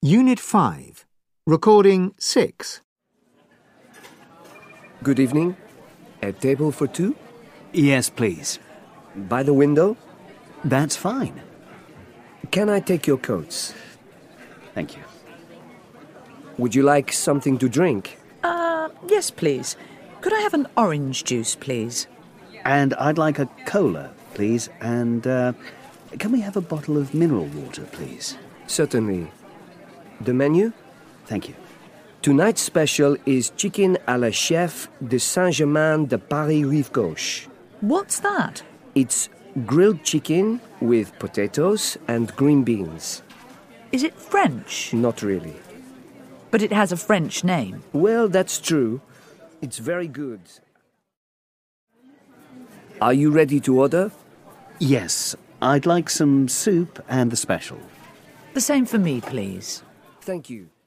Unit 5, Recording 6. Good evening. A table for two? Yes, please. By the window? That's fine. Can I take your coats? Thank you. Would you like something to drink? Uh, yes, please. Could I have an orange juice, please? And I'd like a cola, please. And uh, can we have a bottle of mineral water, please? Certainly. The menu? Thank you. Tonight's special is chicken à la chef de Saint-Germain de Paris Rive Gauche. What's that? It's grilled chicken with potatoes and green beans. Is it French? Not really. But it has a French name. Well, that's true. It's very good. Are you ready to order? Yes, I'd like some soup and the special. The same for me, please. Thank you.